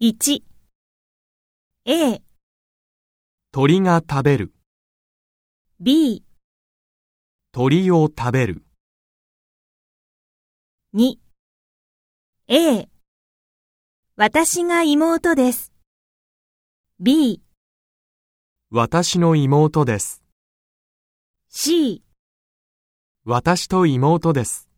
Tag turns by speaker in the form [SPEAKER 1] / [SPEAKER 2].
[SPEAKER 1] 1 A、
[SPEAKER 2] 鳥が食べる、
[SPEAKER 1] B、
[SPEAKER 2] 鳥を食べる、
[SPEAKER 1] 2 A、私が妹です。B、
[SPEAKER 2] 私の妹です。
[SPEAKER 1] C、
[SPEAKER 2] 私と妹です。